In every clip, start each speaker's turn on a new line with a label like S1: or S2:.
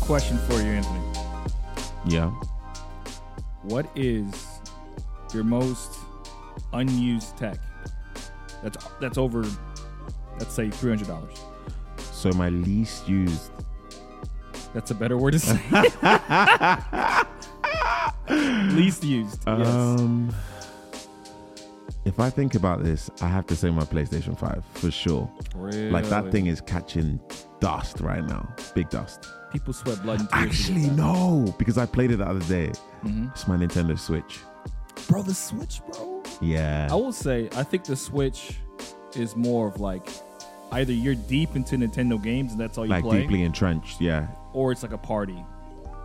S1: question for you, Anthony.
S2: Yeah.
S1: What is your most unused tech? That's that's over. Let's say three hundred dollars.
S2: So my least used.
S1: That's a better word to say. Least used. yes.
S2: Um. If I think about this, I have to say my PlayStation 5 for sure. Like that thing is catching dust right now. Big dust.
S1: People sweat blood and tears.
S2: Actually, no, because I played it the other day.
S1: hmm
S2: It's my Nintendo Switch.
S1: Bro, the Switch, bro.
S2: Yeah.
S1: I will say, I think the Switch is more of like either you're deep into Nintendo games and that's all you
S2: like
S1: play,
S2: deeply entrenched. Yeah.
S1: or it's like a party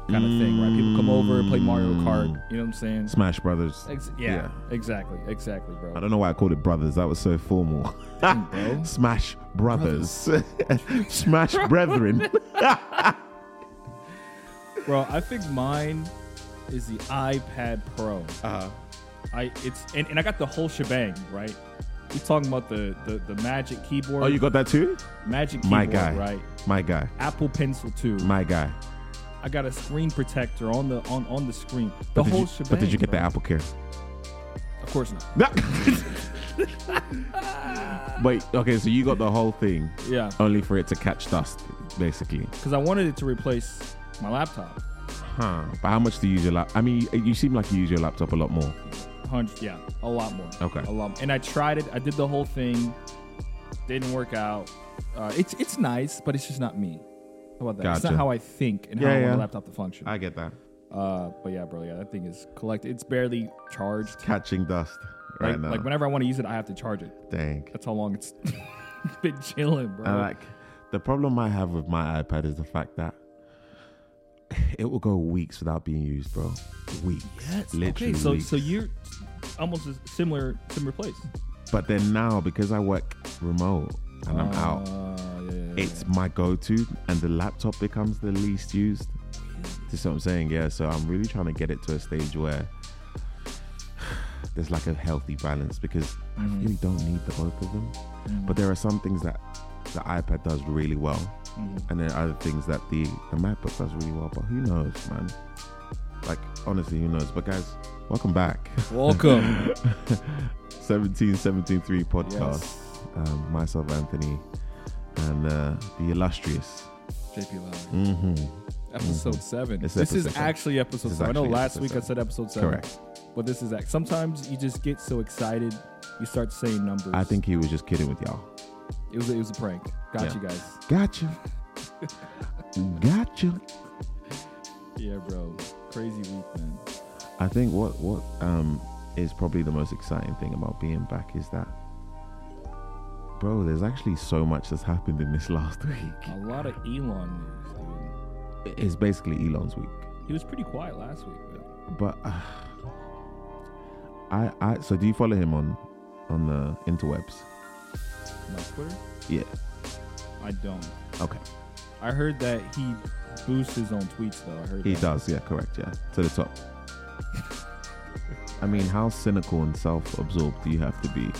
S1: kind of thing, right? People come over, play Mario Kart. You know what I'm saying?
S2: Smash Brothers.
S1: Ex- yeah, exactly, exactly, bro.
S2: I don't know why I called it brothers. That was so formal.
S1: Dang, bro.
S2: Smash brothers. Smash brethren.
S1: Bro, I think mine is the iPad Pro.
S2: Uh,
S1: I it's and, and I got the whole shebang, right? We talking about the the, the Magic keyboard.
S2: oh, you got that too?
S1: Magic keyboard,
S2: My guy.
S1: right?
S2: My guy.
S1: Apple Pencil 2.
S2: My guy.
S1: I got a screen protector on the on on the screen. The
S2: But did
S1: whole
S2: you,
S1: shebang.
S2: But did you get
S1: bro.
S2: the Apple Care?
S1: Of course not.
S2: No. Wait. Okay. So you got the whole thing,
S1: Yeah,
S2: only for it to catch dust, basically.
S1: because I wanted it to replace my laptop.
S2: Huh. But how much do you use your lap? I mean, you, you seem like you use your laptop a lot more.
S1: Hundred, yeah, a lot more.
S2: Okay.
S1: a lot. And I tried it. I did the whole thing. Didn't work out. Uh, it's it's nice, but it's just not me. How about that? It's not
S2: Gotcha.
S1: how I think and how
S2: Yeah,
S1: I want
S2: yeah.
S1: a laptop to function.
S2: get that.
S1: uh, but yeah, bro, yeah, that thing is collect. It's barely charged.
S2: Catching dust right
S1: like,
S2: now.
S1: like whenever I want to use it, I have to charge it.
S2: Dang.
S1: That's how long it's been chilling, bro.
S2: And like the problem I have with my iPad is the fact that it will go weeks without being used, bro. Weeks.
S1: Yes.
S2: Literally.
S1: okay, so
S2: weeks.
S1: so you're almost a similar similar place.
S2: but then now because I work remote and I'm out,
S1: Uh, yeah, yeah, yeah.
S2: it's my go-to and the laptop becomes the least used. That's what I'm saying, yeah. So I'm really trying to get it to a stage where there's like a healthy balance because I
S1: Mhm.
S2: really don't need the both of them.
S1: Mhm.
S2: But there are some things that the iPad does really well.
S1: Mhm.
S2: and then other things that the, the MacBook does really well. But who knows, man? Like honestly, who knows? But guys, welcome back.
S1: Welcome.
S2: 17173 podcast.
S1: yes.
S2: Um, myself, Anthony, and uh, the illustrious.
S1: JP Lowry.
S2: hmm
S1: Episode seven.
S2: It's
S1: this is
S2: Mm-hmm. episode seven.
S1: actually episode
S2: This is
S1: seven. I know
S2: actually
S1: last
S2: episode
S1: week I
S2: seven.
S1: said episode seven.
S2: Correct.
S1: But this is act. Sometimes you just get so excited, you start saying numbers.
S2: I think he was just kidding with y'all.
S1: it was it was a prank. Got
S2: Yeah.
S1: you guys.
S2: Gotcha. gotcha.
S1: Yeah, bro. Crazy week, man.
S2: I think what what um is probably the most exciting thing about being back is that, bro. There's actually so much that's happened in this last week.
S1: A lot of Elon news. Dude.
S2: It's basically Elon's week.
S1: He was pretty quiet last week. Man.
S2: But uh, I, I, so do you follow him on on the interwebs?
S1: My Twitter?
S2: Yeah.
S1: I don't.
S2: Okay.
S1: I heard that he boosts his own tweets though. I heard
S2: He
S1: that.
S2: does. Yeah. Correct. Yeah. To the top. I mean, how cynical and self-absorbed do you have to be?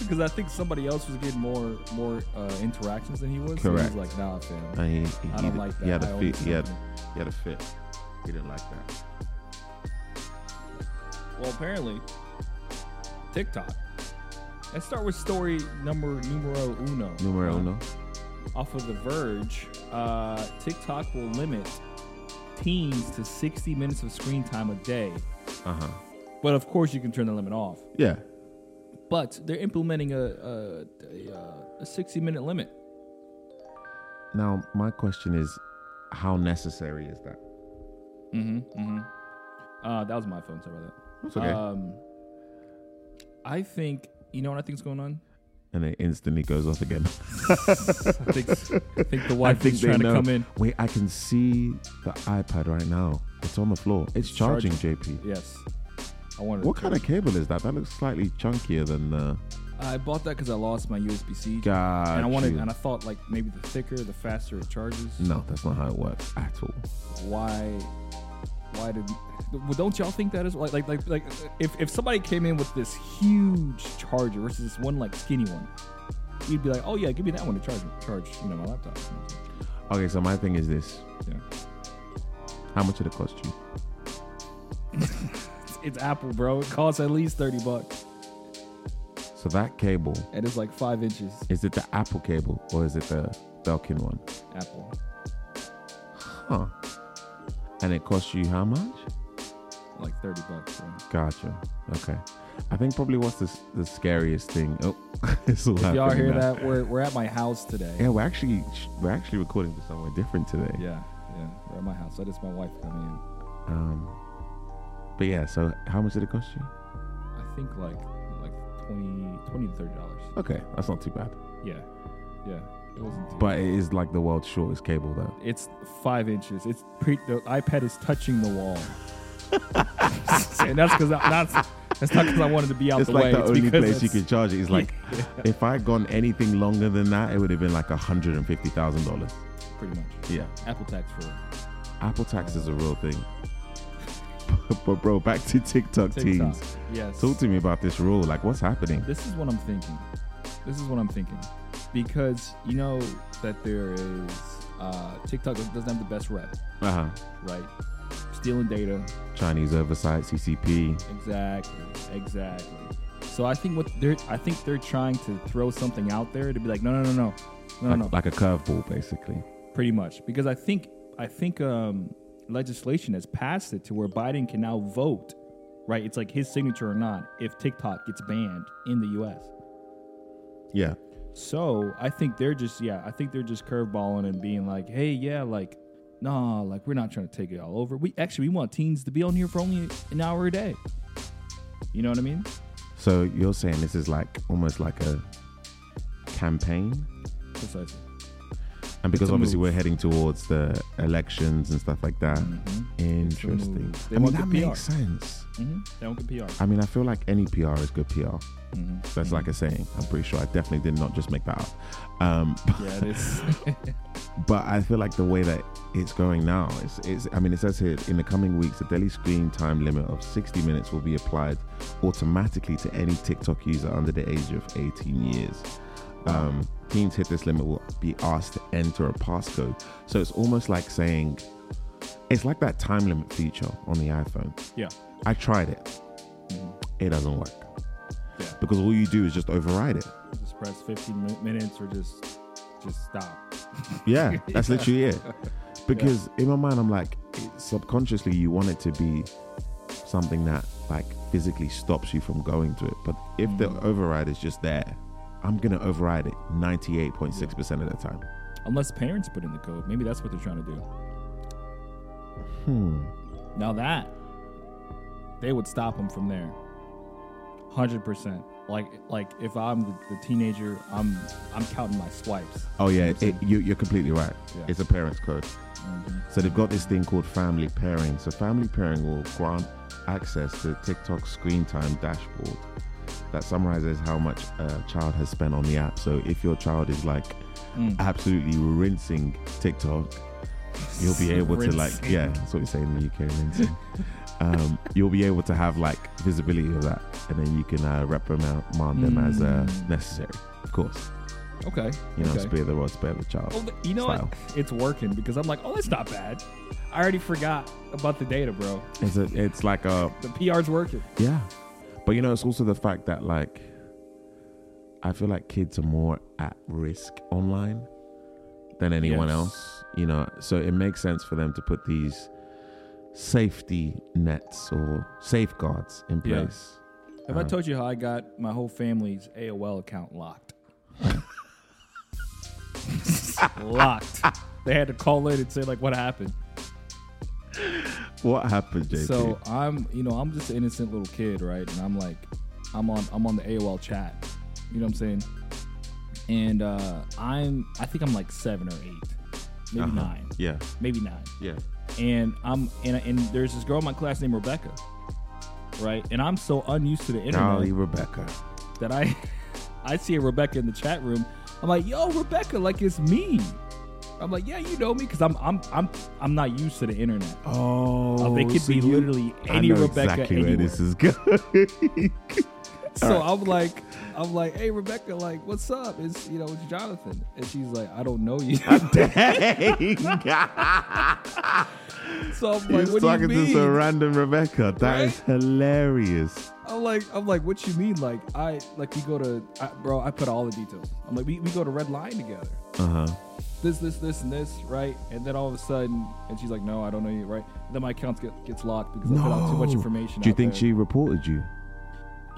S1: because I think somebody else was getting more more uh, interactions than he was.
S2: Correct.
S1: So he was like, nah, fam.
S2: I, he, he,
S1: I don't like that.
S2: He had
S1: I
S2: a
S1: own
S2: fit.
S1: this
S2: He had,
S1: company."
S2: he had a fit. He didn't like that.
S1: Well, apparently, TikTok. Let's start with story number numero uno.
S2: Numero
S1: Uh,
S2: uno.
S1: Off of The Verge, uh, TikTok will limit teens to 60 minutes of screen time a day.
S2: Uh huh.
S1: But of course, you can turn the limit off.
S2: Yeah.
S1: But they're implementing a a, a, uh, a 60 minute limit.
S2: Now my question is, how necessary is that?
S1: Mm-hmm. Mm-hmm. Uh, that was my phone. Sorry about
S2: It's
S1: that.
S2: okay.
S1: Um, I think you know what I think's going on.
S2: and it instantly goes off again.
S1: I think, I think the wife is trying to come in.
S2: Wait, I can see the iPad right now. It's on the floor. It's charging, JP.
S1: Yes. I wanted.
S2: What
S1: to
S2: kind of cable is that? That looks slightly chunkier than uh, the.
S1: I bought that because I lost my USB C,
S2: God.
S1: and I wanted, and I thought like maybe the thicker, the faster it charges.
S2: No, that's not how it works at all.
S1: Why? Why did? Well, don't y'all think that is like like like like if if somebody came in with this huge charger versus this one like skinny one, you'd be like, oh yeah, give me that one to charge charge you know my laptop.
S2: Okay, so my thing is this.
S1: Yeah.
S2: How much did it cost you?
S1: It's, it's Apple, bro. It costs at least 30 bucks.
S2: So that cable,
S1: And it's like five inches.
S2: is it the Apple cable or is it the Belkin one?
S1: Apple.
S2: Huh. And it cost you how much?
S1: Like 30 bucks, bro.
S2: Gotcha. Okay. I think probably what's the, the scariest thing. Oh, it's all
S1: If y'all
S2: happening
S1: hear
S2: now.
S1: that, we're, we're at my house today.
S2: Yeah, we're actually we're actually recording for somewhere different today.
S1: Yeah, yeah. We're at my house. I just my wife coming in.
S2: Um, but yeah, so how much did it cost you?
S1: I think like like 20, 20 to thirty dollars.
S2: Okay, that's not too bad.
S1: Yeah, yeah. It wasn't. Too
S2: But it is like the world's shortest cable, though.
S1: it's five inches. It's pre- the iPad is touching the wall, and that's because that's that's not because I wanted to be out
S2: it's
S1: the
S2: like
S1: way.
S2: the
S1: it's
S2: only
S1: because
S2: place you
S1: it's-
S2: could charge it. It's like if I had gone anything longer than that, it would have been like hundred and fifty thousand dollars.
S1: pretty much
S2: Yeah,
S1: Apple tax for
S2: Apple tax is a real thing. but bro, back to TikTok,
S1: TikTok.
S2: teens.
S1: Yes.
S2: Talk to me about this rule. Like, what's happening?
S1: This is what I'm thinking. This is what I'm thinking. Because you know that there is uh, TikTok doesn't have the best rep,
S2: Uh huh.
S1: right? Stealing data,
S2: Chinese oversight, CCP.
S1: Exactly. Exactly. So I think what they're I think they're trying to throw something out there to be like, no, no, no, no, no,
S2: like,
S1: no,
S2: like a curveball, basically.
S1: pretty much. Because I think I think um, legislation has passed it to where Biden can now vote, right? It's like his signature or not if TikTok gets banned in the U.S.
S2: Yeah.
S1: So I think they're just yeah, I think they're just curveballing and being like, hey, yeah, like. Nah, like we're not trying to take it all over. We actually we want teens to be on here for only an hour a day. You know what I mean?
S2: So you're saying this is like almost like a campaign,
S1: Precisely.
S2: and because
S1: a
S2: obviously
S1: move. Mm-hmm.
S2: we're heading towards the elections and stuff like that. Interesting.
S1: move. They
S2: I mean,
S1: want
S2: that
S1: the PR.
S2: makes sense.
S1: Mm-hmm. They don't get PR.
S2: I mean, I feel like any PR is good PR.
S1: Mm-hmm.
S2: That's like a saying. I'm pretty sure I definitely did not just make that up. Um,
S1: Yeah, it is.
S2: but I feel like the way that it's going now is, is I mean, it says here in the coming weeks, the daily screen time limit of 60 minutes will be applied automatically to any TikTok user under the age of 18 years. Um, teens hit this limit will be asked to enter a passcode. So it's almost like saying, it's like that time limit feature on the iPhone.
S1: yeah.
S2: I tried it, it doesn't work
S1: Yeah.
S2: because all you do is just override it.
S1: Just press 15 mi- minutes or just just stop.
S2: Yeah, that's literally it. Because in my mind, I'm like, it- subconsciously, you want it to be something that like physically stops you from going to it. But if the override is just there, I'm gonna override it 98.6% of the time.
S1: Unless parents put in the code. Maybe that's what they're trying to do.
S2: Hmm.
S1: Now that, they would stop them from there. 100%. Like, like if I'm the, the teenager, I'm I'm counting my swipes.
S2: Oh yeah, it, you, you're completely right.
S1: Yeah.
S2: It's a parents code. So they've got this thing called family pairing. So family pairing will grant access to TikTok screen time dashboard that summarizes how much a child has spent on the app. So if your child is like
S1: Hmm.
S2: absolutely rinsing TikTok, you'll be able to like
S1: Rinsing.
S2: yeah, that's what we say in the UK, rinsing. um, you'll be able to have like visibility of that, and then you can uh, reprimand them as uh, necessary. Of course,
S1: Okay.
S2: you know,
S1: Hmm. okay.
S2: spare the rod, spare the child.
S1: Well, th- you know what?
S2: style.
S1: It's working because I'm like, oh, that's not bad. I already forgot about the data, bro.
S2: It's a, it's like a
S1: The PR's working.
S2: Yeah. But you know, it's also the fact that like I feel like kids are more at risk online than anyone
S1: Yes.
S2: else, you know. So it makes sense for them to put these safety nets or safeguards in
S1: Yeah.
S2: place.
S1: Have
S2: Uh-huh.
S1: I told you how I got my whole family's AOL account locked? locked. They had to call in and say like what happened.
S2: What happened, JP?
S1: So I'm, you know, I'm just an innocent little kid, right? And I'm like, I'm on, I'm on the AOL chat. You know what I'm saying? And uh, I'm, I think I'm like seven or eight, maybe
S2: Uh-huh.
S1: nine,
S2: yeah,
S1: maybe nine.
S2: yeah.
S1: And I'm, and and there's this girl in my class named Rebecca, right? And I'm so unused to the internet.
S2: Golly, Rebecca.
S1: that I I see a Rebecca in the chat room. I'm like, yo, Rebecca, like it's me. I'm like, yeah, you know me, because I'm I'm I'm I'm not used to the internet.
S2: Oh,
S1: Like, it could
S2: so
S1: be
S2: you-
S1: literally
S2: I
S1: any
S2: know
S1: Rebecca
S2: exactly where this
S1: anywhere.
S2: is going.
S1: so I'm like, I'm like, hey Rebecca, like, what's up? It's you know, it's Jonathan, and she's like, I don't know you. so I'm like,
S2: He's
S1: what
S2: talking
S1: do you
S2: to
S1: mean?
S2: some random Rebecca. That
S1: Right?
S2: is hilarious.
S1: I'm like, I'm like, what you mean? Like, I like we go to, I, bro. I put all the details. I'm like, we, we go to Red Line together.
S2: Uh huh.
S1: This, this, this, and this, right? And then all of a sudden, and she's like, no, I don't know you, right? And then my account get, gets locked because I put out too much information.
S2: Do you
S1: out
S2: think
S1: there.
S2: she reported you?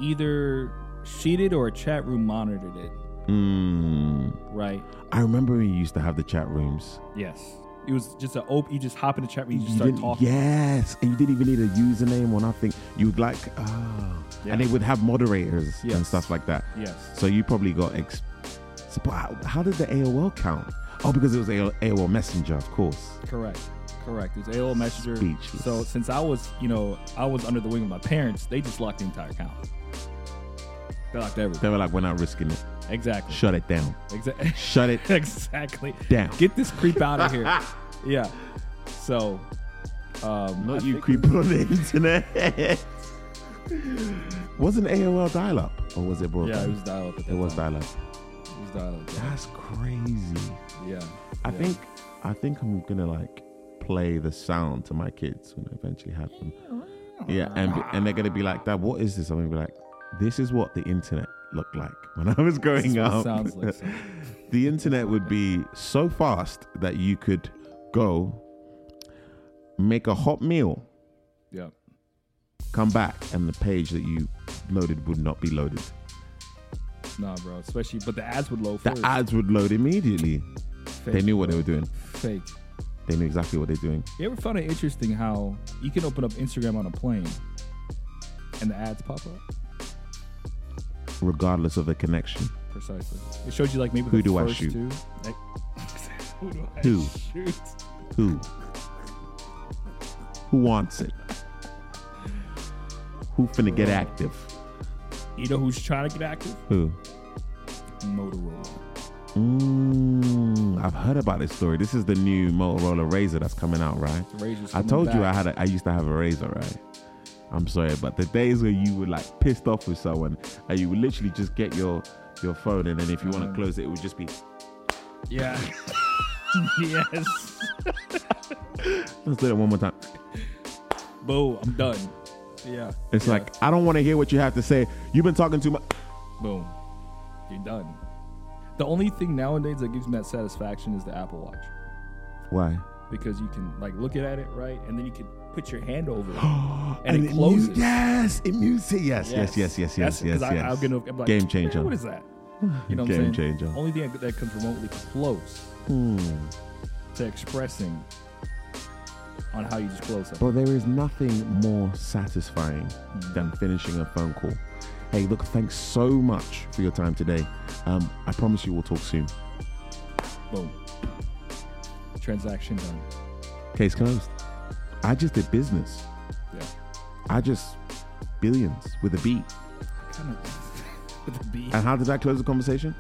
S1: either cheated or a chat room monitored it,
S2: Mm.
S1: right?
S2: I remember when you used to have the chat rooms.
S1: Yes. It was just an open. You just hop in the chat room, you just
S2: You
S1: start
S2: didn't-
S1: talking.
S2: yes, and you didn't even need a username or nothing. You would like, ah,
S1: Yeah.
S2: and they would have moderators and
S1: Yes.
S2: stuff like that.
S1: Yes.
S2: So you probably got ex. so, but How how did the AOL count? Oh, because it was AOL, AOL Messenger, of course.
S1: Correct. Correct. It was AOL Messenger.
S2: Speechless.
S1: So since I was, you know, I was under the wing of my parents, they just locked the entire account. They locked everything.
S2: They were like, we're not risking it.
S1: Exactly.
S2: Shut it down.
S1: Exactly.
S2: Shut it
S1: exactly.
S2: down.
S1: Get this creep out of here. yeah. So. Um,
S2: Not
S1: I
S2: you
S1: think-
S2: creeping on the internet. Wasn't AOL dial up or was it broadband?
S1: Yeah, it was dial up.
S2: It was dial up.
S1: It was dial up.
S2: That's crazy.
S1: Yeah.
S2: I
S1: Yeah.
S2: think I think I'm gonna like play the sound to my kids when I eventually have them. Yeah, and be- and they're gonna be like, Dad, what is this? I'm gonna be like, This is what the internet looked like when I was growing
S1: This
S2: up.
S1: sounds like something.
S2: the internet would be so fast that you could go make a hot meal,
S1: Yeah.
S2: come back, and the page that you loaded would not be loaded.
S1: Nah, bro. Especially, but the ads would load
S2: The
S1: first.
S2: ads would load immediately.
S1: Fake,
S2: They knew what they were doing.
S1: Fake.
S2: They knew exactly what they're doing.
S1: You ever found it interesting how you can open up Instagram on a plane and the ads pop up?
S2: Regardless of the connection.
S1: Precisely. It shows you like maybe
S2: Who
S1: the
S2: do I
S1: first
S2: shoot?
S1: two. Like, who do I
S2: Who?
S1: shoot?
S2: Who? Who wants it? Who finna get active?
S1: You know who's trying to get active?
S2: Who?
S1: Motorola.
S2: Mm, I've heard about this story. This is the new Motorola Razor that's coming out, right?
S1: The Razor's
S2: I
S1: coming
S2: told you I
S1: back.
S2: had a, I used to have a razor, right? I'm sorry, but the days where you were like pissed off with someone and you would literally just get your your phone and then if you want
S1: Mm.
S2: to close it, it would just be
S1: Yeah. yes.
S2: let's do it one more time.
S1: Boom. I'm done. Yeah.
S2: It's
S1: Yeah.
S2: like I don't want to hear what you have to say. You've been talking too much.
S1: boom. You're done. The only thing nowadays that gives me that satisfaction is the Apple Watch.
S2: Why?
S1: because you can like look at it right and then you can put your hand over it
S2: And
S1: and,
S2: it
S1: it
S2: mu-
S1: closes
S2: yes, it mutes it. Yes, yes, yes, yes, yes,
S1: That's-
S2: yes.
S1: 'cause I,
S2: yes.
S1: I'll get no, I'm like,
S2: Game
S1: "Man,
S2: changer.
S1: what is that you know what
S2: Game
S1: I'm saying
S2: changer. Hmm.
S1: only thing that comes remotely close to expressing on how you just close up
S2: But there is nothing more satisfying
S1: Mm.
S2: than finishing a phone call. Hey, look, thanks so much for your time today. Um, I promise you we'll talk soon.
S1: boom transaction done
S2: Case closed. I just did business.
S1: yeah
S2: I just billions with a B.
S1: kind of with a B
S2: And how did I close the conversation?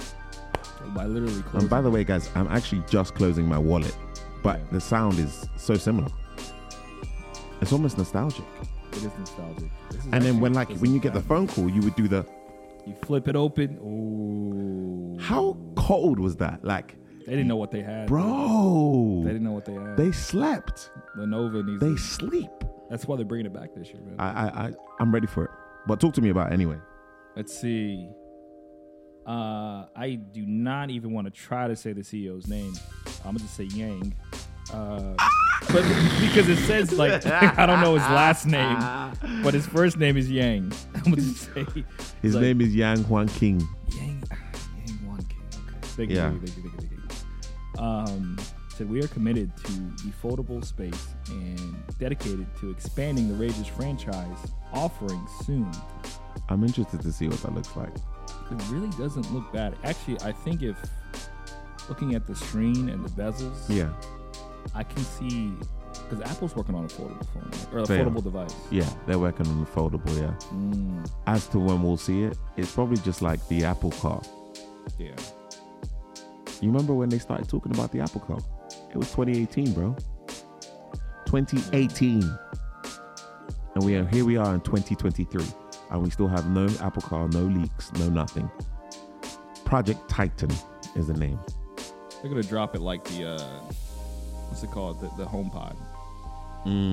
S1: by literally
S2: And
S1: closing
S2: Uh, um, by the way, guys, I'm actually just closing my wallet, but the sound is so similar. It's almost nostalgic.
S1: it is nostalgic This is
S2: And then
S1: actually-
S2: when like
S1: this
S2: when
S1: is
S2: you get the
S1: bad.
S2: phone call, you would do the
S1: you flip it open ooh
S2: how cold was that? Like,
S1: they didn't know what they had they
S2: bro,
S1: didn't know what they had
S2: they slept.
S1: Lenovo needs
S2: They sleep.
S1: That's why they're bringing it back this year, man.
S2: I I, I I'm ready for it. But talk to me about it anyway.
S1: Let's see. Uh, I do not even want to try to say the CEO's name. I'm gonna just say Yang, uh, but because it says like I don't know his last name, but his first name is Yang. I'm gonna just say
S2: His
S1: like,
S2: name is Yang Huang King.
S1: Yang ah, Yang Wan King. Okay. Thank
S2: Yeah.
S1: you, thank you, thank you, thank you, thank you. Um, said we are committed to the foldable space and dedicated to expanding the Rages franchise offering soon.
S2: I'm interested to see what that looks like.
S1: It really doesn't look bad. Actually, I think if looking at the screen and the bezels,
S2: Yeah,
S1: I can see because Apple's working on a foldable phone right? or a
S2: They are.
S1: foldable device.
S2: yeah, they're working on the foldable. Yeah.
S1: Mm,
S2: As to when we'll see it, it's probably just like the Apple Car.
S1: yeah,
S2: You remember when they started talking about the Apple Car? It was 2018, bro. 2018. And we are here we are in 2023. and we still have no Apple Car, no leaks, no nothing. Project Titan is the name.
S1: They're gonna drop it like the uh, what's it called? The, the home pod.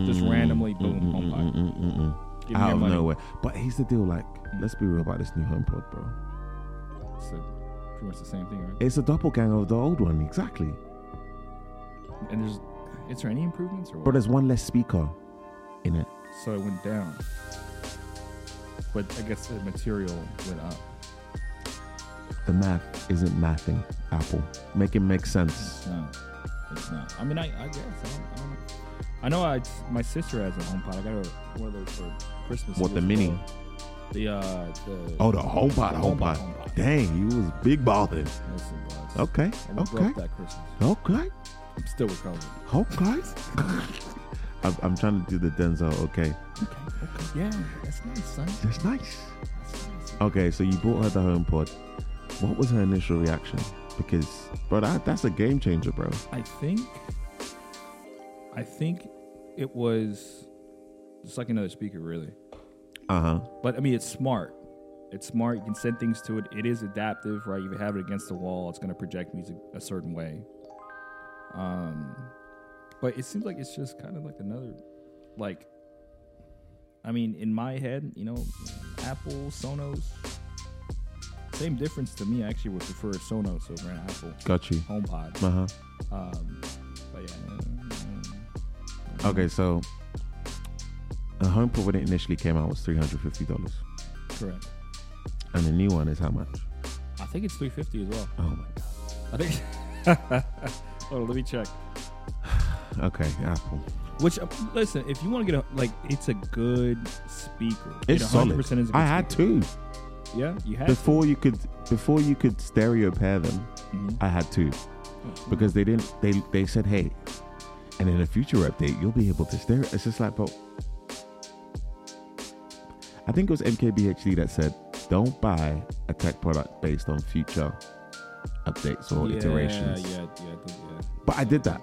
S1: Just randomly, boom, home pod. Give me
S2: Out
S1: your
S2: of
S1: money.
S2: nowhere. But here's the deal like, let's be real about this new HomePod, bro.
S1: It's the- pretty much the same thing, right?
S2: It's a doppelganger of the old one, exactly.
S1: And there's, is there any improvements or
S2: But
S1: what?
S2: there's one less speaker in it.
S1: so it went down, but I guess the material went up.
S2: The math isn't mathing, Apple. Make it make sense.
S1: No, it's not. I mean, I, I guess I don't, I don't know. I know I, my sister has a home pod. I got her one of those for Christmas.
S2: What, the
S1: years
S2: mini?
S1: ago. The uh, the
S2: Oh, the HomePod,
S1: The HomePod,
S2: HomePod.
S1: HomePod.
S2: Dang, you was big balling.
S1: Listen, buds.
S2: Okay,
S1: I was
S2: okay,
S1: broke that Christmas.
S2: okay,
S1: I'm still recovering.
S2: okay. I'm, I'm trying to do the Denzel. Okay,
S1: Okay, okay. Yeah, that's nice, son.
S2: that's nice.
S1: That's nice.
S2: Okay, so you bought her the HomePod. What was her initial reaction? Because, bro, that, that's a game changer, bro.
S1: I think, I think it was just like another speaker, really.
S2: Uh huh.
S1: But I mean, it's smart. It's smart. You can send things to it. It is adaptive, right? You have it against the wall. It's going to project music a certain way. Um, but it seems like it's just kind of like another, like, I mean, in my head, you know, Apple, Sonos, same difference to me. I actually would prefer a Sonos over an Apple
S2: Got you.
S1: HomePod.
S2: Uh huh.
S1: Um, but yeah, mm,
S2: Okay, so a HomePod when it initially came out was three hundred fifty dollars,
S1: correct.
S2: and the new one is how much?
S1: I think it's 350 as well.
S2: Oh my god.
S1: I think. Hold on, let me check.
S2: Okay, Apple.
S1: Which uh, listen, if you want to get a like, it's a good speaker.
S2: It's
S1: it 100%
S2: solid.
S1: Is a good
S2: I had
S1: speaker.
S2: two
S1: Yeah, you had
S2: before you could before you could stereo pair them.
S1: Mhm.
S2: I had two
S1: Uh-huh.
S2: because they didn't. They they said, hey, and in a future update, you'll be able to stereo. It's just like, but I think it was MKBHD that said, don't buy a tech product based on future updates or
S1: yeah,
S2: iterations.
S1: Yeah, yeah, I think, yeah.
S2: But I did that.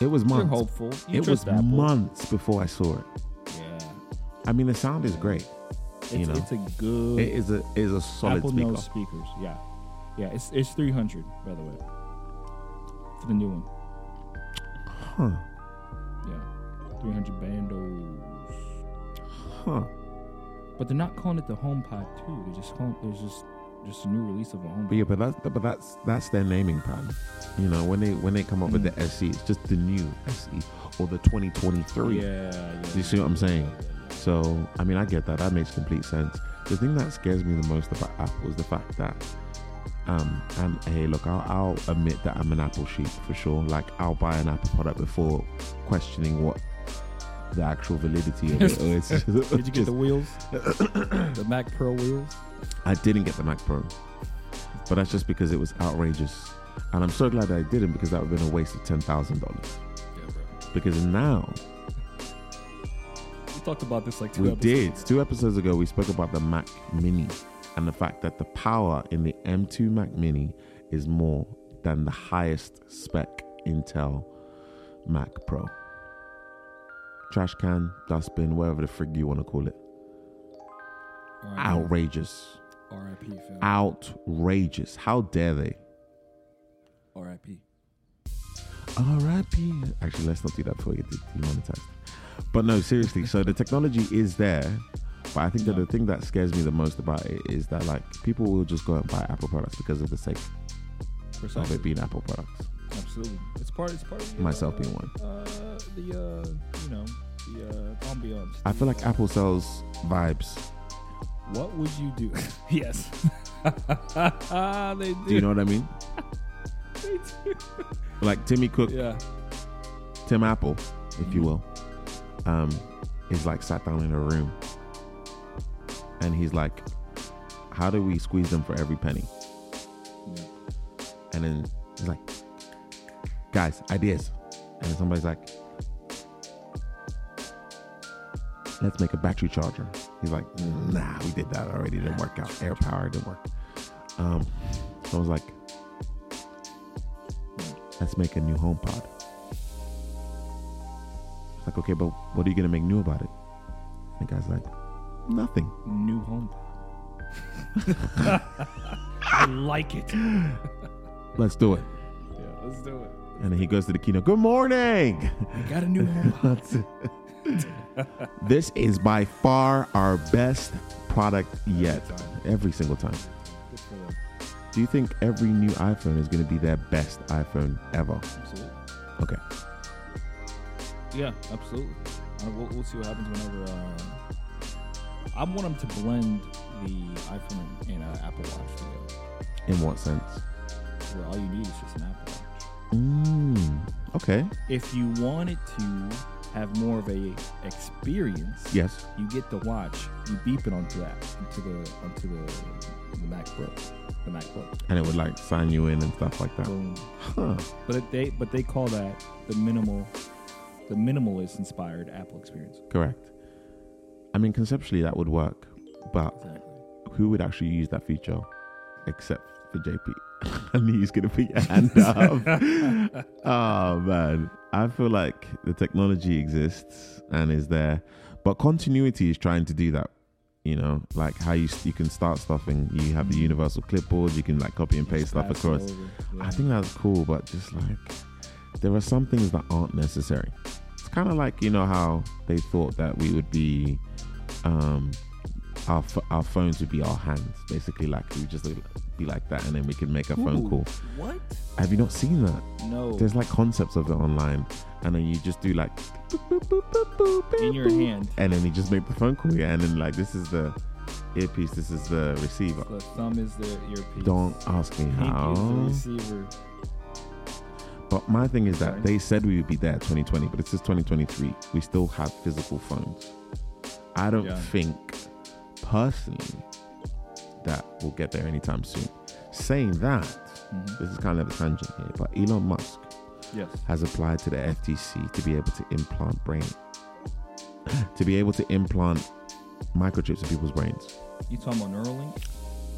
S2: It was
S1: You're
S2: months.
S1: hopeful. You
S2: It was
S1: trust Apple.
S2: months before I saw it.
S1: Yeah,
S2: I mean, the sound is great.
S1: it's,
S2: You know.
S1: it's a good.
S2: It is a it is a solid
S1: Apple
S2: speaker.
S1: knows speakers. Yeah, yeah. It's it's 300 by the way for the new one.
S2: Huh.
S1: Yeah, 300 bandos.
S2: Huh.
S1: But they're not calling it the HomePod 2. They're just calling. There's just just a new release of a HomePod.
S2: But yeah, but that's but that's that's their naming plan. You know, when they when they come up with
S1: Hmm.
S2: the SE, it's just the new SE or the 2023.
S1: Yeah, yeah.
S2: You see what I'm saying? So I mean, I get that. That makes complete sense. The thing that scares me the most about Apple is the fact that, um, and hey, look, I'll, I'll admit that I'm an Apple sheep for sure. Like I'll buy an Apple product before questioning what the actual validity of it is.
S1: Did you get the wheels? the Mac Pro wheels?
S2: I didn't get the Mac Pro, but that's just because it was outrageous, and I'm so glad I didn't because that would have been a waste of ten thousand dollars.
S1: Yeah, bro.
S2: Because now
S1: We talked about this like two
S2: we
S1: episodes.
S2: did two episodes ago. We spoke about the Mac Mini and the fact that the power in the M2 Mac Mini is more than the highest spec Intel Mac Pro. Trash can, dustbin, whatever the frig you want to call it.
S1: Alright,
S2: Outrageous.
S1: R.I.P. Phil.
S2: Outrageous. How dare they?
S1: R.I.P.
S2: R.I.P. Actually, let's not do that before you get demonetized. But no, seriously. so the technology is there, but I think that
S1: Yeah.
S2: the thing that scares me the most about it is that like people will just go and buy Apple products because of the sake of
S1: Precisely.
S2: it being Apple products.
S1: Absolutely. It's part. It's part of the,
S2: Myself
S1: uh,
S2: being one.
S1: Uh, the uh, you know, the uh, ambiance.
S2: I feel like Apple sells vibes.
S1: What would you do? yes. they do.
S2: Do you know what I mean?
S1: They do.
S2: Like Timmy Cook,
S1: Yeah.
S2: Tim Apple, if you will, um, is like sat down in a room, and he's like, "How do we squeeze them for every penny?"
S1: yeah.
S2: And then he's like, guys, ideas. And then somebody's like, let's make a battery charger. He's like, nah, we did that already. Didn't work out. Air power didn't work. Um, someone's like, let's make a new home pod. It's like, okay, but what are you going to make new about it? And the guy's like, Nothing.
S1: New home. I like it.
S2: Let's do it.
S1: Yeah, let's do it.
S2: And he goes to the kino. Good morning.
S1: I got a new home.
S2: That's it. this is by far our best product yet. Every single time.
S1: Good for them.
S2: Do you think every new iPhone is going to be their best iPhone ever?
S1: Absolutely.
S2: Okay.
S1: Yeah, absolutely. Uh, we'll, we'll see what happens whenever. Uh, I want them to blend the iPhone and uh, Apple Watch together,
S2: In what sense?
S1: where all you need is just an Apple Watch.
S2: Mm, okay.
S1: If you wanted to have more of a experience,
S2: Yes.
S1: you get the watch, you beep it onto that, onto the onto the the MacBook, the MacBook.
S2: And it would like sign you in and stuff like that.
S1: Boom.
S2: Huh.
S1: But it, they but they call that the minimal, the minimalist inspired Apple experience.
S2: Correct. I mean, conceptually that would work, but who would actually use that feature except for JP? I knew he was going to put your hand up. oh, man. I feel like the technology exists and is there, but continuity is trying to do that. You know, like how you, you can start stuff and you have the universal clipboard, you can like copy and paste stuff
S1: Pass it
S2: across.
S1: over.
S2: I
S1: Yeah.
S2: think that's cool, but just like there are some things that aren't necessary. It's kind of like you know how they thought that we would be, um, our ph- our phones would be our hands, basically like we just be like that, and then we can make a phone
S1: Ooh,
S2: call.
S1: What?
S2: Have you not seen that?
S1: No.
S2: There's like concepts of it online, and then you just do like boop, boop, boop, boop, boop, boop,
S1: in your
S2: boop,
S1: hand.
S2: and then you just make the phone call, yeah, and then like this is the earpiece, this is the receiver.
S1: The thumb is the earpiece.
S2: Don't ask me
S1: Pinky
S2: how.
S1: is the receiver.
S2: But my thing is
S1: Sorry.
S2: that they said we would be there 2020, but it's just 2023. We still have physical phones. I don't
S1: Yeah.
S2: think personally that we'll get there anytime soon. Saying that,
S1: Mhm.
S2: this is kind of a tangent here, but Elon Musk
S1: Yes.
S2: has applied to the FTC to be able to implant brain, to be able to implant microchips in people's brains.
S1: You talking about Neuralink?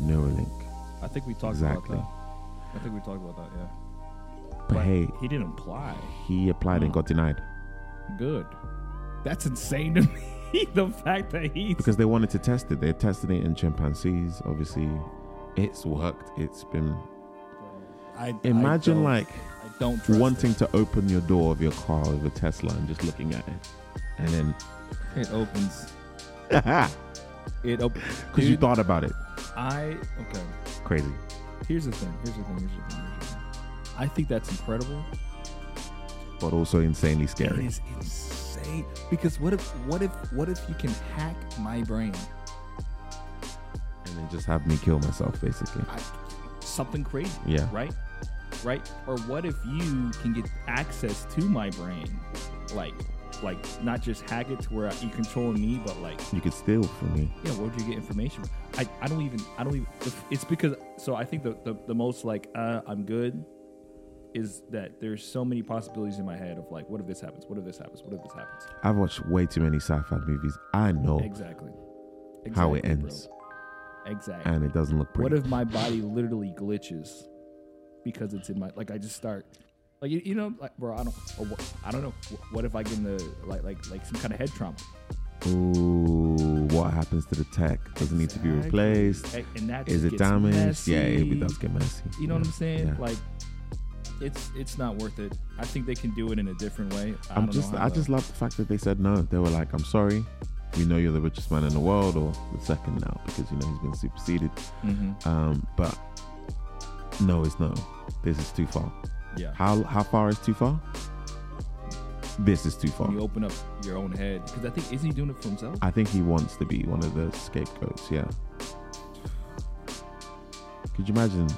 S2: Neuralink.
S1: I think we talked
S2: Exactly.
S1: about that. I think we talked about that. Yeah.
S2: But, hey,
S1: he didn't apply.
S2: he applied and
S1: Huh.
S2: got denied
S1: Good. That's insane to me. the fact that he.
S2: because they wanted to test it. They tested it in chimpanzees. Obviously, it's worked. It's been.
S1: I
S2: Imagine
S1: I
S2: like
S1: don't- I don't trust
S2: wanting to open your door of your car with a Tesla and just looking at it, and then
S1: It. it opens.
S2: because
S1: It opens.
S2: you thought about it.
S1: I okay.
S2: Crazy.
S1: Here's the thing. Here's the thing. Here's the thing. Here's the thing. I think that's incredible.
S2: But also insanely
S1: It
S2: scary.
S1: is insane. Because what if what if what if you can hack my brain?
S2: And then just have me kill myself, basically.
S1: I, something crazy,
S2: Yeah.
S1: right? Right? Or what if you can get access to my brain, like like not just hack it to where you control me, but like
S2: You could steal from me.
S1: yeah, where would you get information? From? I I don't even I don't even. if- It's because so I think the the, the most like uh, I'm good is that there's so many possibilities in my head of like what if this happens? What if this happens? What if this happens?
S2: I've watched way too many sci-fi movies. I know
S1: Exactly.
S2: how
S1: Exactly,
S2: it
S1: bro.
S2: ends,
S1: Exactly.
S2: and it doesn't look
S1: What
S2: pretty.
S1: if my body literally glitches because it's in my like I just start like you, you know like bro I don't or what, I don't know Wh- what if I get in the like like like some kind of head trauma
S2: Ooh, what happens to the tech? Does it need to be
S1: Exactly.
S2: replaced?
S1: A- and that
S2: Is
S1: just
S2: it
S1: gets
S2: damaged?
S1: messy.
S2: Yeah, it does get messy.
S1: you know what
S2: Yeah,
S1: I'm saying
S2: yeah.
S1: like it's it's not worth it I think they can do it in a different way I
S2: I'm
S1: don't
S2: just,
S1: know
S2: I just love the fact that they said no. They were like, "I'm sorry, we know you're the richest man in the world, or the second now, because you know he's been superseded."
S1: hmm
S2: Um, but no, it's no. This is too far.
S1: yeah
S2: How how far is too far? This is too far.
S1: you open up your own head because I think isn't he doing it for himself
S2: I think he wants to be one of the scapegoats. Yeah. Could you imagine?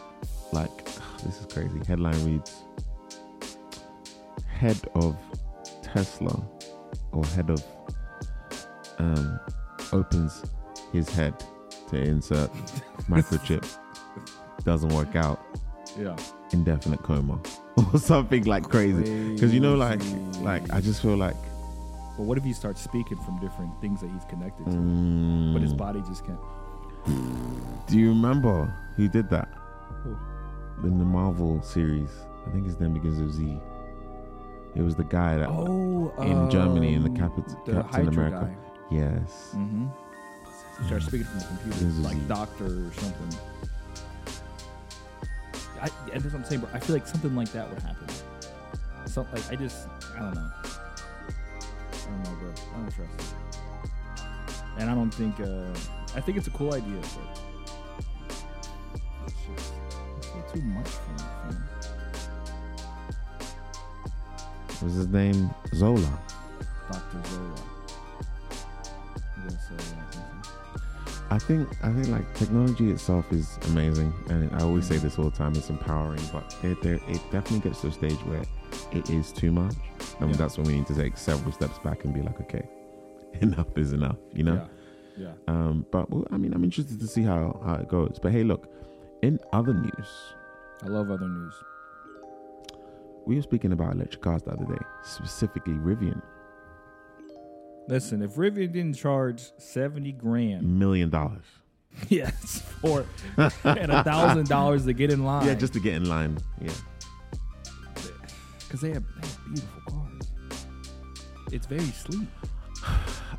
S2: Like, this is crazy. Headline reads: Head of Tesla, or head of, um, opens his head to insert microchip. Doesn't work out.
S1: yeah
S2: Indefinite coma, or something like crazy. Because you know, like, like I just feel like.
S1: but what if he starts speaking from different things that he's connected to but
S2: mm,
S1: his body just can't
S2: Do you remember who did that?
S1: Who?
S2: In the Marvel series, I think his name begins with Z. It was the guy that.
S1: Oh, um,
S2: in Germany, in the capital-
S1: the
S2: Captain
S1: Hydra
S2: America. Yes.
S1: guy. hmm
S2: What's his
S1: Start speaking from the computer,
S2: This is
S1: like
S2: easy.
S1: doctor or something. I, and that's what I'm saying, bro. I feel like something like that would happen. Something like I just, I don't know. I don't know, bro. I don't trust it. And I don't think. Uh, I think it's a cool idea, but it's just it's a little too much for me. fam.
S2: What's his name? Zola.
S1: Doctor Zola. uh, You guys say that, don't you?
S2: I think I think like technology itself is amazing, and I always say
S1: Mm.
S2: this all the time. It's empowering, but it there, it definitely gets to a stage where it is too much, and
S1: Yeah.
S2: that's when we need to take several steps back and be like, okay, enough is enough, you know.
S1: Yeah. Yeah.
S2: Um, but well, I mean, I'm interested to see how how it goes. But hey, look, in other news,
S1: I love other news.
S2: we were speaking about electric cars the other day, specifically Rivian,
S1: Listen, if Rivian didn't charge seventy grand,
S2: million dollars. Mm.
S1: yes, or and a thousand dollars to get in line,
S2: Yeah, just to get in line. Yeah,
S1: because they have, they have beautiful cars. It's very sleek.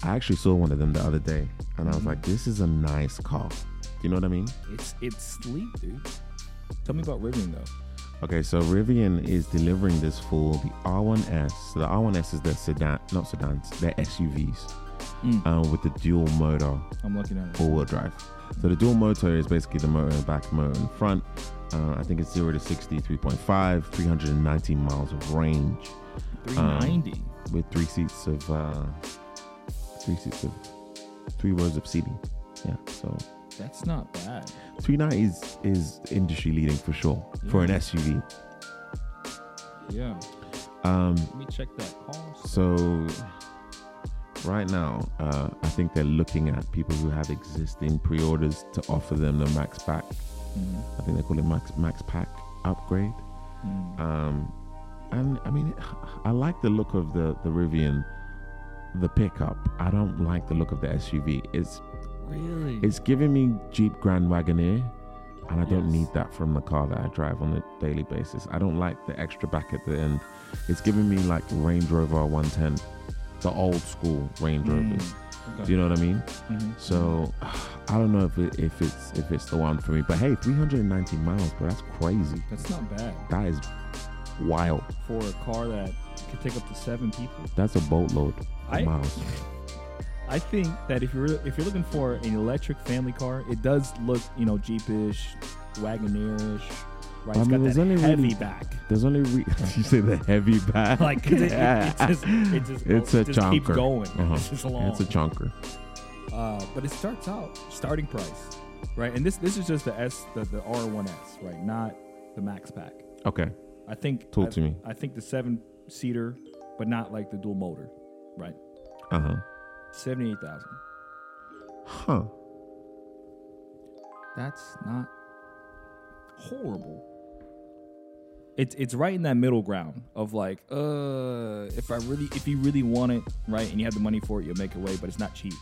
S2: I actually saw one of them the other day, and I was like, this is a nice car. Do you know what I mean?
S1: It's it's sleek, dude. Tell me about Rivian though.
S2: Okay, so Rivian is delivering this for the R1S. So the R1S is their sedan, not sedans, their SUVs
S1: Mm.
S2: um, with the dual motor
S1: I'm looking at it.
S2: four wheel drive. So the dual motor is basically the motor in the back, motor in front. Uh, I think it's 0 to 60, 3.5, 319 miles of range
S1: Three ninety.
S2: with three seats of, uh, three seats of, three rows of seating. Yeah, so
S1: That's not bad.
S2: 390 is, is industry leading for sure for an
S1: Yeah.
S2: SUV.
S1: Yeah.
S2: Um,
S1: Let me check that cost.
S2: So, right now, uh, I think they're looking at people who have existing pre-orders to offer them the max pack.
S1: Mm,
S2: I think they call it max max pack upgrade.
S1: mm.
S2: Um, and I mean, I like the look of the the Rivian, the pickup. I don't like the look of the SUV. It's
S1: Really?
S2: it's giving me Jeep Grand Wagoneer, and I don't
S1: Yes.
S2: need that from the car that I drive on a daily basis. I don't like the extra back at the end. It's giving me like Range Rover 110, the old school Range
S1: Hmm.
S2: Rovers.
S1: Mm. Okay.
S2: Do you know what I mean?
S1: Mhm.
S2: So I don't know if it, if it's if it's the one for me. But hey, 390 miles, bro, that's crazy.
S1: That's not bad
S2: That is wild.
S1: for a car that could take up to seven people.
S2: That's a boatload of
S1: I-
S2: miles.
S1: I think that if you're if you're looking for an electric family car, it does look you know jeepish, wagoneerish. Right,
S2: I
S1: it's
S2: mean,
S1: got
S2: there's
S1: that
S2: only
S1: heavy
S2: really-
S1: back.
S2: There's only re- you say the heavy bag.
S1: Like 'cause it, it, it just it just,
S2: It's
S1: it
S2: a
S1: just keeps
S2: chonker.
S1: going.
S2: Uh-huh.
S1: It's just long.
S2: It's a chunker.
S1: uh, but it starts out starting price, right? And this this is just the S the the R one S, right? Not the Max Pack.
S2: Okay.
S1: I think I,
S2: Talk to me.
S1: I think the seven seater, but not like the dual motor, right?
S2: Uh huh.
S1: Seventy eight thousand.
S2: Huh.
S1: That's not horrible. It's it's right in that middle ground of like, uh, if I really if you really want it, right, and you have the money for it, you'll make it way, but it's not cheap.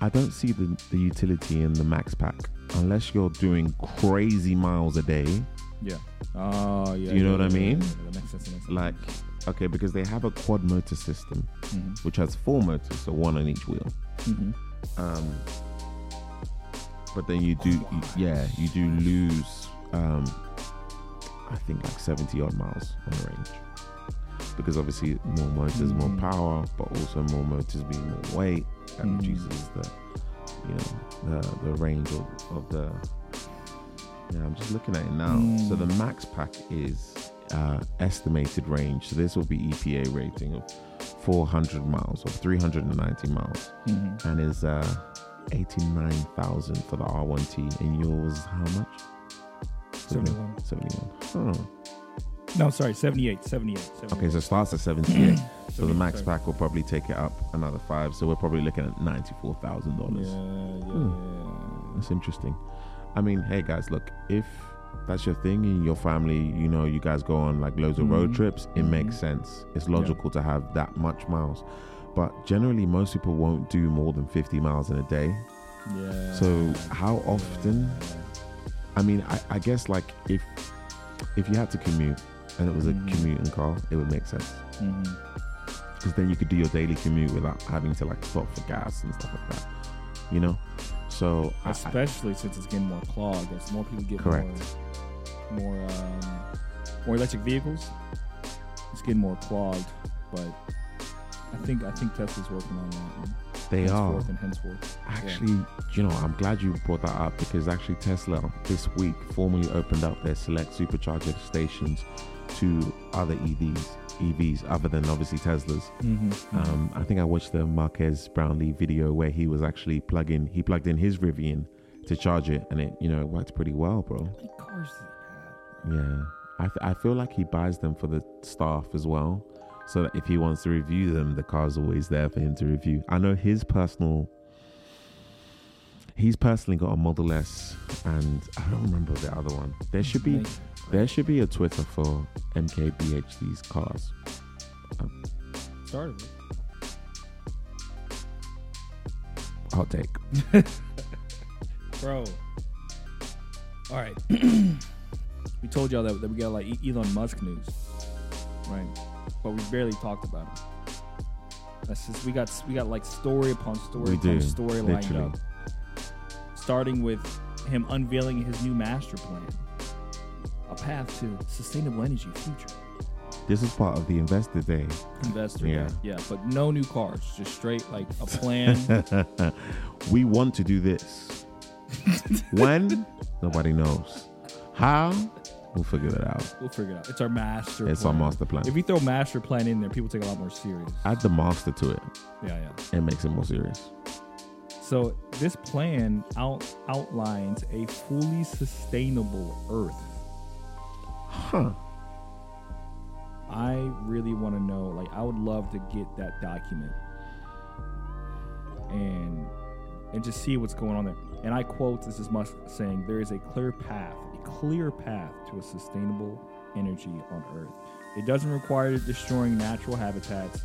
S2: I don't see the, the utility in the max pack unless you're doing crazy miles a day.
S1: Yeah. Oh yeah.
S2: Do you know
S1: yeah,
S2: what I
S1: yeah,
S2: mean?
S1: yeah, yeah, that makes sense. That makes sense.
S2: Like, okay, because they have a quad motor system,
S1: Mhm.
S2: which has four motors, so one on each wheel.
S1: Mhm.
S2: Um, but then you do, you- yeah, you do lose, um, I think like 70 odd miles on range. Because obviously, more motors, more
S1: Mhm.
S2: power, but also more motors mean more weight. That
S1: Mhm.
S2: reduces the, you know, the, the range of, of the. Yeah, I'm just looking at it now. So the max pack is uh, estimated range. So this will be EPA rating of 400 miles or 390 miles
S1: Mhm.
S2: and is uh 89,000 for the R1T and yours was how much?
S1: 71.
S2: 71. Oh.
S1: No, sorry, 78, 78, 78.
S2: Okay, so it starts at 78. so the
S1: 78,
S2: max
S1: sorry.
S2: pack will probably take it up another 5, so we're probably looking at $94,000.
S1: Yeah, yeah.
S2: That's interesting. I mean, hey guys, look, if that's your thing in your family, you know, you guys go on like loads of road
S1: Mhm.
S2: trips, it
S1: Mhm.
S2: makes sense. It's logical to have that much miles. But generally, most people won't do more than 50 miles in a day.
S1: Yeah.
S2: So how often? I mean, I, I guess like if if you had to commute and it was a
S1: Mhm.
S2: commuting car, it would make sense
S1: Mhm.
S2: because then you could do your daily commute without having to like stop for gas and stuff like that. you know? So, I- I,
S1: especially since it's getting more clogged. As more people get
S2: Correct.
S1: more, more, um, more electric vehicles, it's getting more clogged. But I think I think Tesla's working on that. and
S2: they are.
S1: henceforth and henceforth.
S2: Actually, you know, I'm glad you brought that up because actually Tesla this week formally opened up their select supercharger stations to other E EVs, EVs other than obviously Teslas.
S1: Mm-hmm.
S2: Um, I think I watched the Marquez Brownlee video where he was actually plugging, he plugged in his Rivian to charge it, and it, you know, it worked pretty well, bro.
S1: of course.
S2: Yeah, I, f- I feel like he buys them for the staff as well, so that if he wants to review them, the car's always there for him to review. I know his personal. He's personally got a Model S, and I don't remember the other one. There should be there should be a Twitter for MKBHD's cars.
S1: started. it.
S2: Hot take.
S1: bro. All right, we told y'all that, that we got like E- Elon Musk news, right? But we barely talked about him. That's just we got we got like story upon story
S2: We
S1: upon
S2: do,
S1: story
S2: literally.
S1: lined up, starting with him unveiling his new master plan, a path to sustainable energy future.
S2: This is part of the investor day.
S1: Investor,
S2: Yeah.
S1: yeah, but no new cars, just straight like a plan.
S2: we want to do this. when? Nobody knows. How? We'll figure it out.
S1: we'll figure it out. It's our master.
S2: It's our
S1: plan.
S2: master plan.
S1: If you throw master plan in there, people take it a lot more serious.
S2: Add the master to it.
S1: Yeah, yeah.
S2: It makes it more serious.
S1: So this plan out outlines a fully sustainable Earth.
S2: Huh.
S1: I really want to know. Like, I would love to get that document and and just see what's going on there. And I quote: "This is Musk saying there is a clear path, a clear path to a sustainable energy on Earth. It doesn't require destroying natural habitats.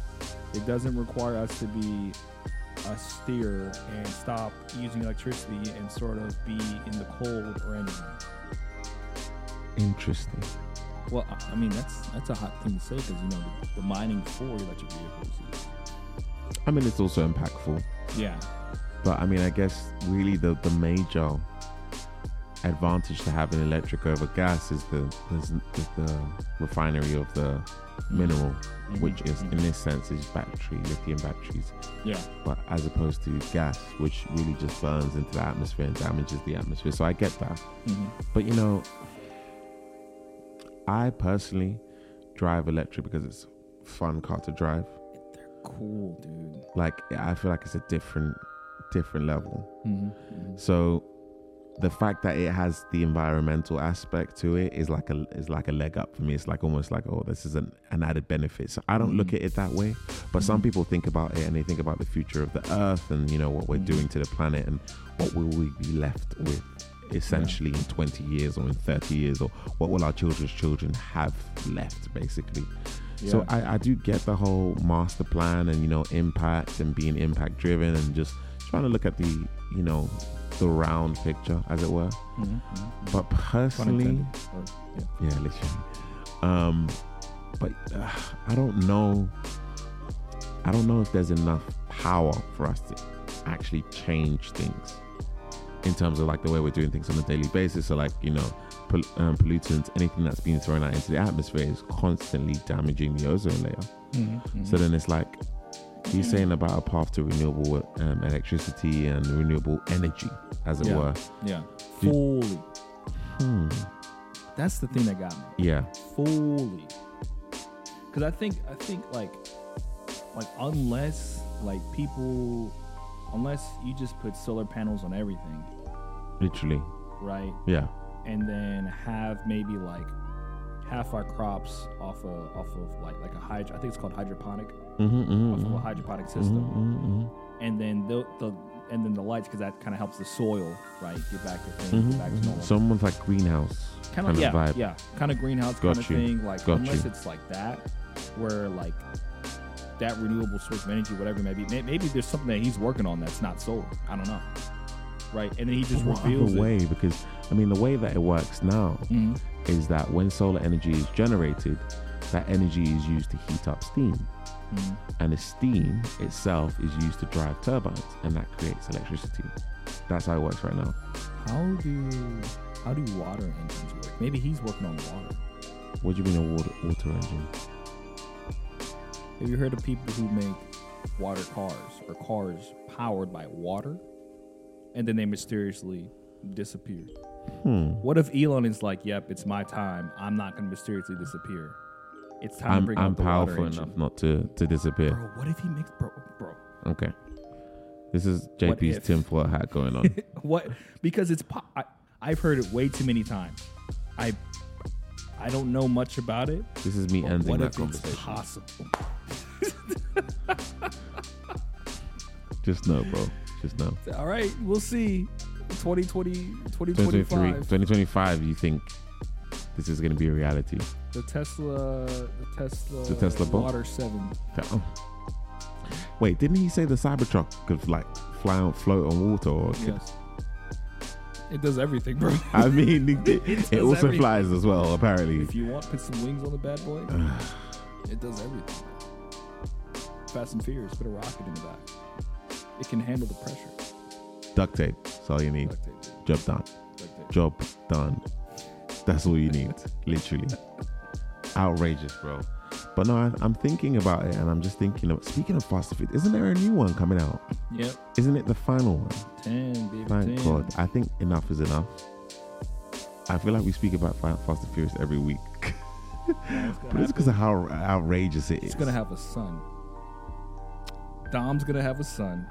S1: It doesn't require us to be austere and stop using electricity and sort of be in the cold or anything."
S2: Interesting.
S1: Well, I- I mean that's that's a hot thing to say because you know the, the mining for electric vehicles.
S2: I mean, it's also impactful,
S1: Is, yeah,
S2: but I mean, I guess really the, the major advantage to having electric over gas is the is, is the refinery of the mineral, which is in this sense is battery lithium batteries,
S1: yeah,
S2: but as opposed to gas, which really just burns into the atmosphere and damages the atmosphere. So I get that.
S1: hmm
S2: But you know, I personally drive electric because it's a fun car to drive.
S1: cool, dude.
S2: Like I feel like it's a different different level.
S1: Mm-hmm.
S2: So the fact that it has the environmental aspect to it is like a is like a leg up for me. It's like almost like oh, this is an, an added benefit. So I don't look
S1: Mhm.
S2: at it that way. But some people think about it and they think about the future of the earth and you know what we're
S1: Mhm.
S2: doing to the planet and what will we be left with essentially in 20 years or in 30 years or what will our children's children have left basically. So I, I do get the whole master plan and you know impact and being impact driven and just trying to look at the you know the round picture as it were.
S1: Mm-hmm.
S2: But personally, yeah, literally. Um, but uh, I don't know. I don't know if there's enough power for us to actually change things in terms of like the way we're doing things on a daily basis. So like you know, pol- um, pollutants, anything that's being thrown out into the atmosphere is constantly damaging the ozone layer.
S1: Mm-hmm.
S2: So then it's like he's saying about a path to renewable um, electricity and renewable energy, as it
S1: Yeah.
S2: were.
S1: yeah,
S2: Dude.
S1: fully.
S2: Hmm.
S1: That's the thing that got me.
S2: Yeah.
S1: fully because i think i think like like unless like people unless you just put solar panels on everything
S2: Literally.
S1: right
S2: Yeah.
S1: and then have maybe like half our crops off of off of like like a hydro i think it's called hydroponic
S2: Mm-hmm,
S1: off of a hydroponic system and then the, the and then the lights because that kind of helps the soil right get back to things
S2: Mm-hmm,
S1: get back to normal
S2: Someone's like greenhouse
S1: kind of yeah,
S2: vibe.
S1: yeah, kind of greenhouse
S2: Got
S1: kind of
S2: you.
S1: thing. Like
S2: Got
S1: unless
S2: you.
S1: it's like that, where like that renewable source of energy, whatever it may be. May- Maybe there's something that he's working on that's not solar. I don't know, right? And then he just
S2: What
S1: reveals
S2: other
S1: it.
S2: way? Because I mean, the way that it works now
S1: Mhm.
S2: is that when solar energy is generated, that energy is used to heat up steam.
S1: Mm.
S2: and the steam itself is used to drive turbines and that creates electricity that's how it works right now
S1: How do how do water engines work? Maybe he's working on water.
S2: what do you mean a water, water engine
S1: Have you heard of people who make water cars or cars powered by water, and then they mysteriously disappear?
S2: hmm
S1: What if Elon is like, "Yep, it's my time. I'm not going to mysteriously disappear. It's time to
S2: i'm,
S1: bring
S2: I'm
S1: out the water
S2: powerful
S1: engine."
S2: enough not to, to disappear
S1: Bro, what if he makes bro, bro?
S2: okay this is
S1: What
S2: jp's
S1: if?
S2: tinfoil hat going on
S1: What? Because it's po- I, I've heard it way too many times. I I don't know much about it.
S2: this is me
S1: but
S2: ending
S1: what
S2: that
S1: if it's
S2: conversation
S1: possible?
S2: just no bro just no
S1: All right, we'll see. 2020,
S2: 2023
S1: 2025.
S2: 2025 you think this is going to be a reality
S1: The Tesla, the Tesla,
S2: The Tesla bot?
S1: Water Seven.
S2: Oh. Wait, didn't he say the Cybertruck could like fly on, float on water? Or could-
S1: Yes, it does everything, bro.
S2: I mean, it, it
S1: does
S2: also
S1: everything.
S2: flies as well. Apparently,
S1: If you want, put some wings on the bad boy. it does everything. Fast and Furious, put a rocket in the back. It can handle the pressure.
S2: duct tape. That's all you need.
S1: Duct tape, dude.
S2: Job done.
S1: Duct tape.
S2: Job done. That's all you need. Literally, outrageous, bro. But no, I, I'm thinking about it, and I'm just thinking. Of, speaking of fast food, isn't there a new one coming out?
S1: Yep.
S2: Isn't it the final one?
S1: Ten, baby.
S2: Thank
S1: 10.
S2: God. I think enough is enough. I feel like we speak about Fa- Fast and Furious every week. But it's because of how outrageous it is.
S1: He's gonna have a son. Dom's gonna have a son,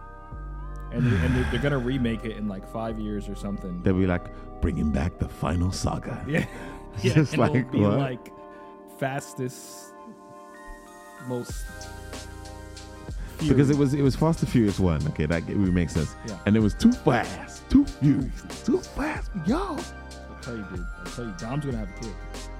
S1: and they, and they're, they're gonna remake it in like five years or something.
S2: They'll be like, bringing back the final saga.
S1: yeah,
S2: It's just
S1: and
S2: like,
S1: it'll be
S2: what?
S1: like fastest, most.
S2: Because it was it was Fast and Furious one. Okay, that it would make sense.
S1: Yeah.
S2: And it was too fast, too furious, too fast, yo.
S1: I'll tell you, dude. I'll tell you, Dom's gonna have a kid.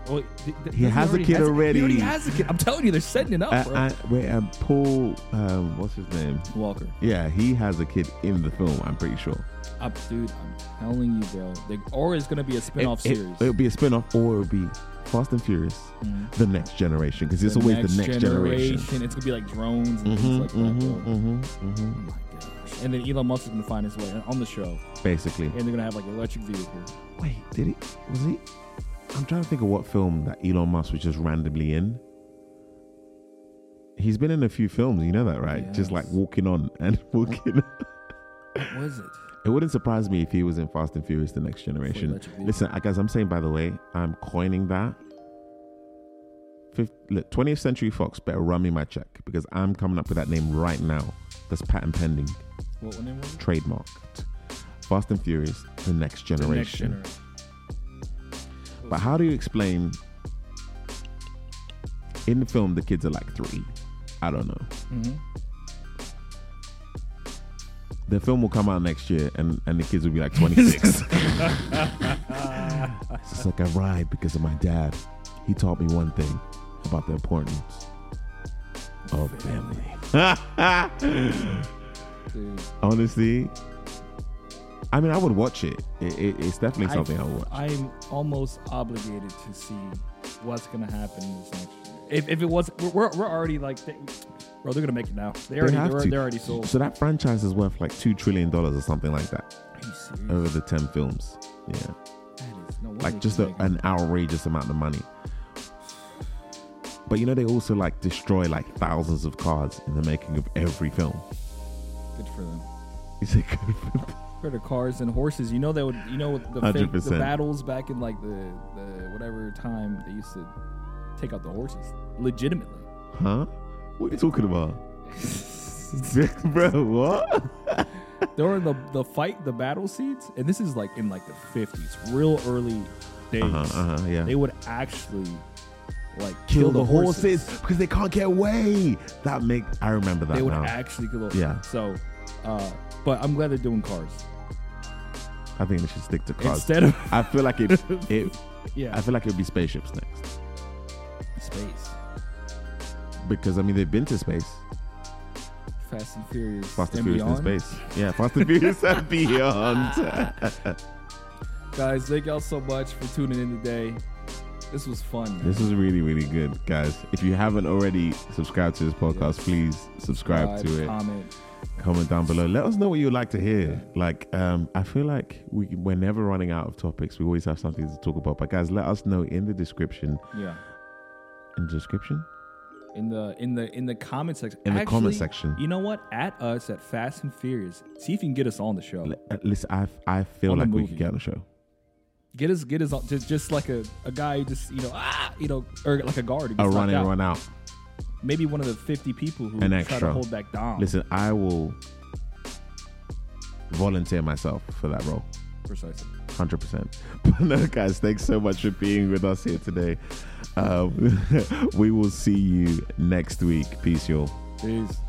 S1: Oh, th- th- doesn't
S2: has a
S1: already
S2: kid
S1: has
S2: already.
S1: He already has a kid. I'm telling you, they're setting it up,
S2: Uh,
S1: bro.
S2: uh, wait, um, Paul, um, what's his name?
S1: Walker,
S2: Yeah, he has a kid in the film. I'm pretty sure.
S1: up, dude. I'm telling you, bro. They, or it's gonna be a spin-off
S2: it,
S1: series.
S2: It, will be a spin off, or it'll be Fast and Furious,
S1: Mhm.
S2: the next generation, because it's always the next generation.
S1: It's gonna be like drones and
S2: hmm
S1: things like that. bro.
S2: hmm hmm
S1: Oh my gosh. And then Elon Musk is gonna find his way on the show,
S2: Basically.
S1: and they're gonna have like an electric vehicle.
S2: Wait, did he? Was he? I'm trying to think of what film that Elon Musk was just randomly in. He's been in a few films, you know that, right? Just like
S1: Yes.
S2: walking on and walking.
S1: What was it?
S2: it wouldn't surprise me if he was in Fast and Furious: The Next Generation.
S1: electric vehicle.
S2: Listen, I guess I'm saying by the way, I'm coining that. Fif- look, 20th Century Fox better run me my check because I'm coming up with that name right now. That's patent pending,
S1: What what name was it?
S2: trademarked. Fast and Furious: The Next Generation.
S1: The next generation.
S2: But how do you explain in the film the kids are like three? I don't know.
S1: Mhm.
S2: The film will come out next year and, and the kids will be like 26. it's just like I ride because of my dad. He taught me one thing about the importance of family.
S1: Dude,
S2: Honestly, I mean, I would watch it. it, it it's definitely something I, would watch.
S1: am almost obligated to see what's gonna happen in this next year. If, if it was, we're, we're, we're already like, they, bro, they're gonna make it now. They already
S2: They have
S1: are
S2: to.
S1: they're already sold.
S2: So that franchise is worth like $2 trillion or something like that
S1: Are you serious?
S2: over the 10 films. Yeah.
S1: That is- no wonder
S2: like
S1: they
S2: just
S1: keep
S2: a,
S1: making-
S2: an outrageous amount of money. But you know they also like destroy like thousands of cars in the making of every film.
S1: good for them.
S2: Is it good for them?
S1: Better cars and horses. You know that would you know the, fake, the
S2: 100%.
S1: battles back in like the, the whatever time they used to take out the horses legitimately.
S2: Huh? What are you talking about? Bro, what?
S1: During the the fight, the battle scenes, and this is like in like the fifties, real early days.
S2: Uh-huh, uh-huh, yeah.
S1: They would actually like
S2: Kill, the horses. because they can't get away. That make I remember that
S1: They would
S2: now.
S1: actually kill. The,
S2: Yeah.
S1: So, uh, but I'm glad they're doing cars
S2: I think they should stick to cars.
S1: instead of
S2: I feel like it it
S1: yeah
S2: I feel like it would be spaceships next.
S1: space.
S2: Because I mean they've been to space.
S1: Fast and Furious.
S2: Fast and,
S1: and
S2: Furious
S1: beyond.
S2: in space. Yeah, Fast and Furious and beyond.
S1: Guys, thank y'all so much for tuning in today. This was fun. Man.
S2: This is really, really good, guys. If you haven't already subscribed to this podcast, please subscribe to it.
S1: Comment.
S2: Comment down below. Let us know what you'd like to hear. Like, um, I feel like we, we're never running out of topics. We always have something to talk about. But guys, let us know in the description.
S1: Yeah.
S2: In the description?
S1: In the in the in the comment section.
S2: In the
S1: Actually,
S2: comment section.
S1: You know what? At us at Fast and Furious. See if you can get us on the show.
S2: L- uh, Listen, I, I feel
S1: On the
S2: like we
S1: movie.
S2: could get on the show.
S1: Get us get us on just just like a, a guy who just you know ah you know or like a guard. who
S2: A
S1: gets
S2: run
S1: knocked
S2: in,
S1: out.
S2: run out.
S1: Maybe one of the fifty people who
S2: An
S1: try
S2: extra.
S1: to hold back Dom
S2: Listen, I will volunteer myself for that role.
S1: precisely.
S2: hundred percent. But no, guys, thanks so much for being with us here today. Um, we will see you next week. Peace, y'all.
S1: Peace.